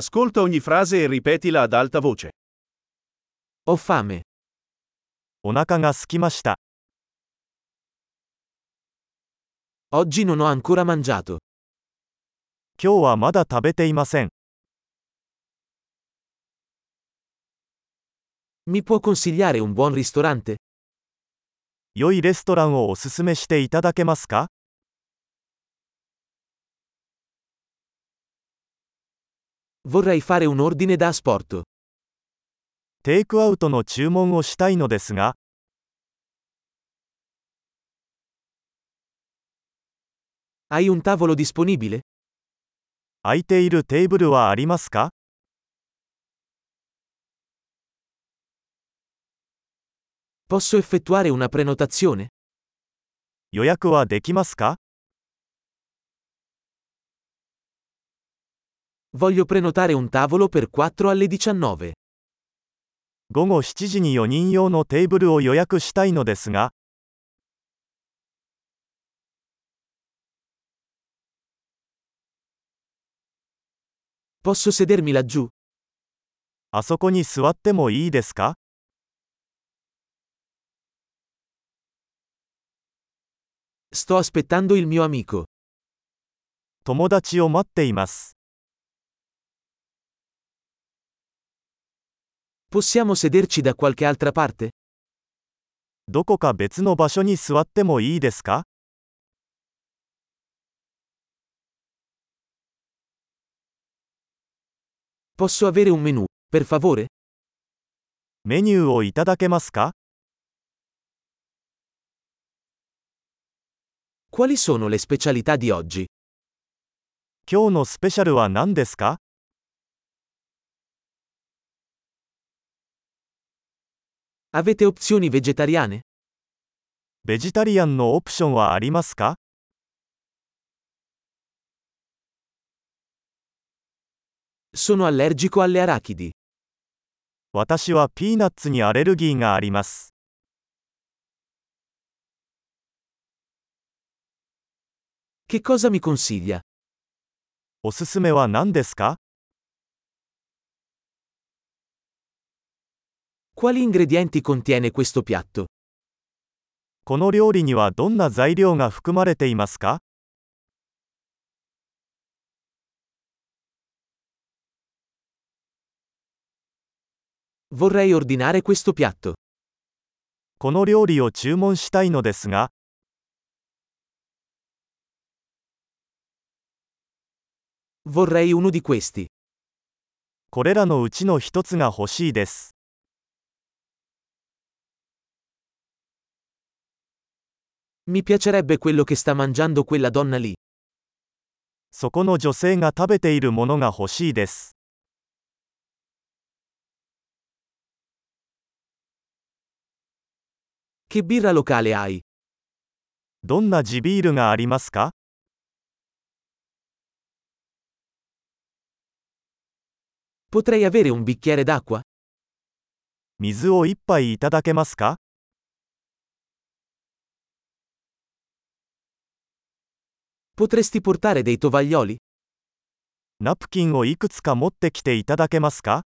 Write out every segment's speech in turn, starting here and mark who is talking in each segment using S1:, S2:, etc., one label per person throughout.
S1: Ascolta ogni frase e ripetila ad alta voce.
S2: Ho fame.
S3: お腹が空きました。
S2: Oggi non ho ancora mangiato.
S3: 今日はまだ食べていません。
S2: Mi può consigliare un buon ristorante?
S3: 良いレストランをおすすめしていただけますか
S2: Vorrei fare un ordine da asporto.
S3: テイクアウトの注文をしたいのですが、
S2: Hai un tavolo disponibile?
S3: 空いているテーブルはありますか
S2: Posso effettuare una prenotazione?
S3: 予約はできますか
S2: Voglio prenotare un tavolo per 4 alle 19.
S3: 午後7時に4人用のテーブルを予約したいのですが、
S2: Posso sedermi laggiù?
S3: あそこに座ってもいいですか
S2: Sto aspettando il mio amico.
S3: 友達を待っています。
S2: Possiamo sederci da qualche altra parte?
S3: どこか別の場所に座ってもいいですか
S2: Posso avere un menù, per favore?
S3: メニューをいただけますか
S2: Quali sono le specialità di oggi?
S3: 今日のスペシャルは何ですか
S2: Avete opzioni vegetariane?
S3: ベジタリアンのオプションはありますか
S2: Sono allergico alle arachidi.
S3: 私はピーナッツにアレルギーがあります。
S2: Che cosa mi consiglia?
S3: おすすめは何ですか
S2: Quali ingredienti contiene questo piatto?
S3: この料理にはどんな材料が含まれていますか
S2: Vorrei ordinare questo piatto.
S3: この料理を注文したいのですが、
S2: Vorrei uno di questi.
S3: これらのうちの一つが欲しいです。
S2: Mi piacerebbe quello che sta mangiando quella donna lì.
S3: そこの女性が食べているものが欲しいです。
S2: Che birra locale hai?
S3: どんな地ビールがありますか
S2: Potrei avere un bicchiere d'acqua?
S3: 水を一杯いただけますか
S2: Potresti portare dei tovaglioli?
S3: ナプキンをいくつか持ってきていただけますか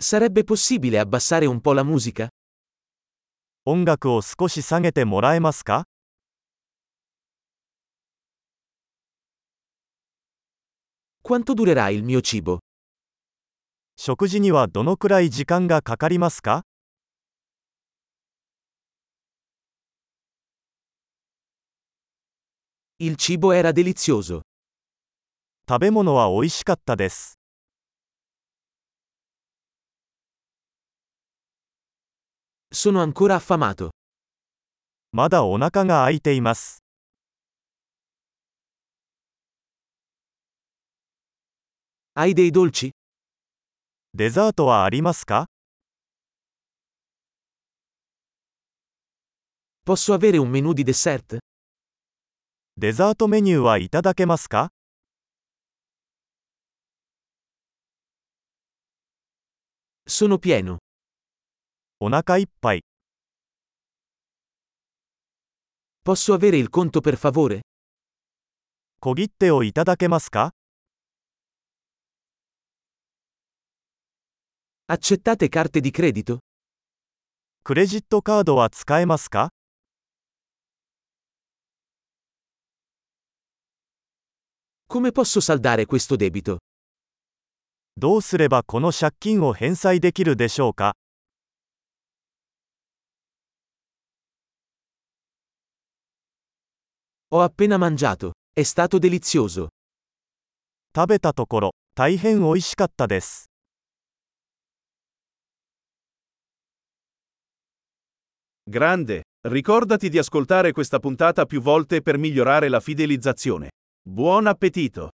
S2: Sarebbe possibile abbassare un po' la musica?
S3: 音楽を少し下げてもらえますか
S2: Quanto durerà il mio cibo?
S3: 食事にはどのくらい時間がかかりますか
S2: Il cibo era delizioso.
S3: 食べ物は美味しかったです。
S2: Sono ancora affamato.
S3: まだお腹が空いています。
S2: Hai dei dolci?
S3: デザートはありますか
S2: Posso avere un menù di dessert?
S3: デザートメニューはいただけますか
S2: Sono pieno.
S3: お腹いっぱい。
S2: Posso avere il conto per favore?
S3: 小切手をいただけますか
S2: Accettate carte di credito?
S3: クレジットカードは使えますか
S2: Come posso saldare questo debito?
S3: どうすればこの借金を返済できるでしょうか
S2: Ho appena mangiato. È stato delizioso.
S3: 食べたところ大変美味しかったです
S1: Grande! Ricordati di ascoltare questa puntata più volte per migliorare la fidelizzazione. Buon appetito!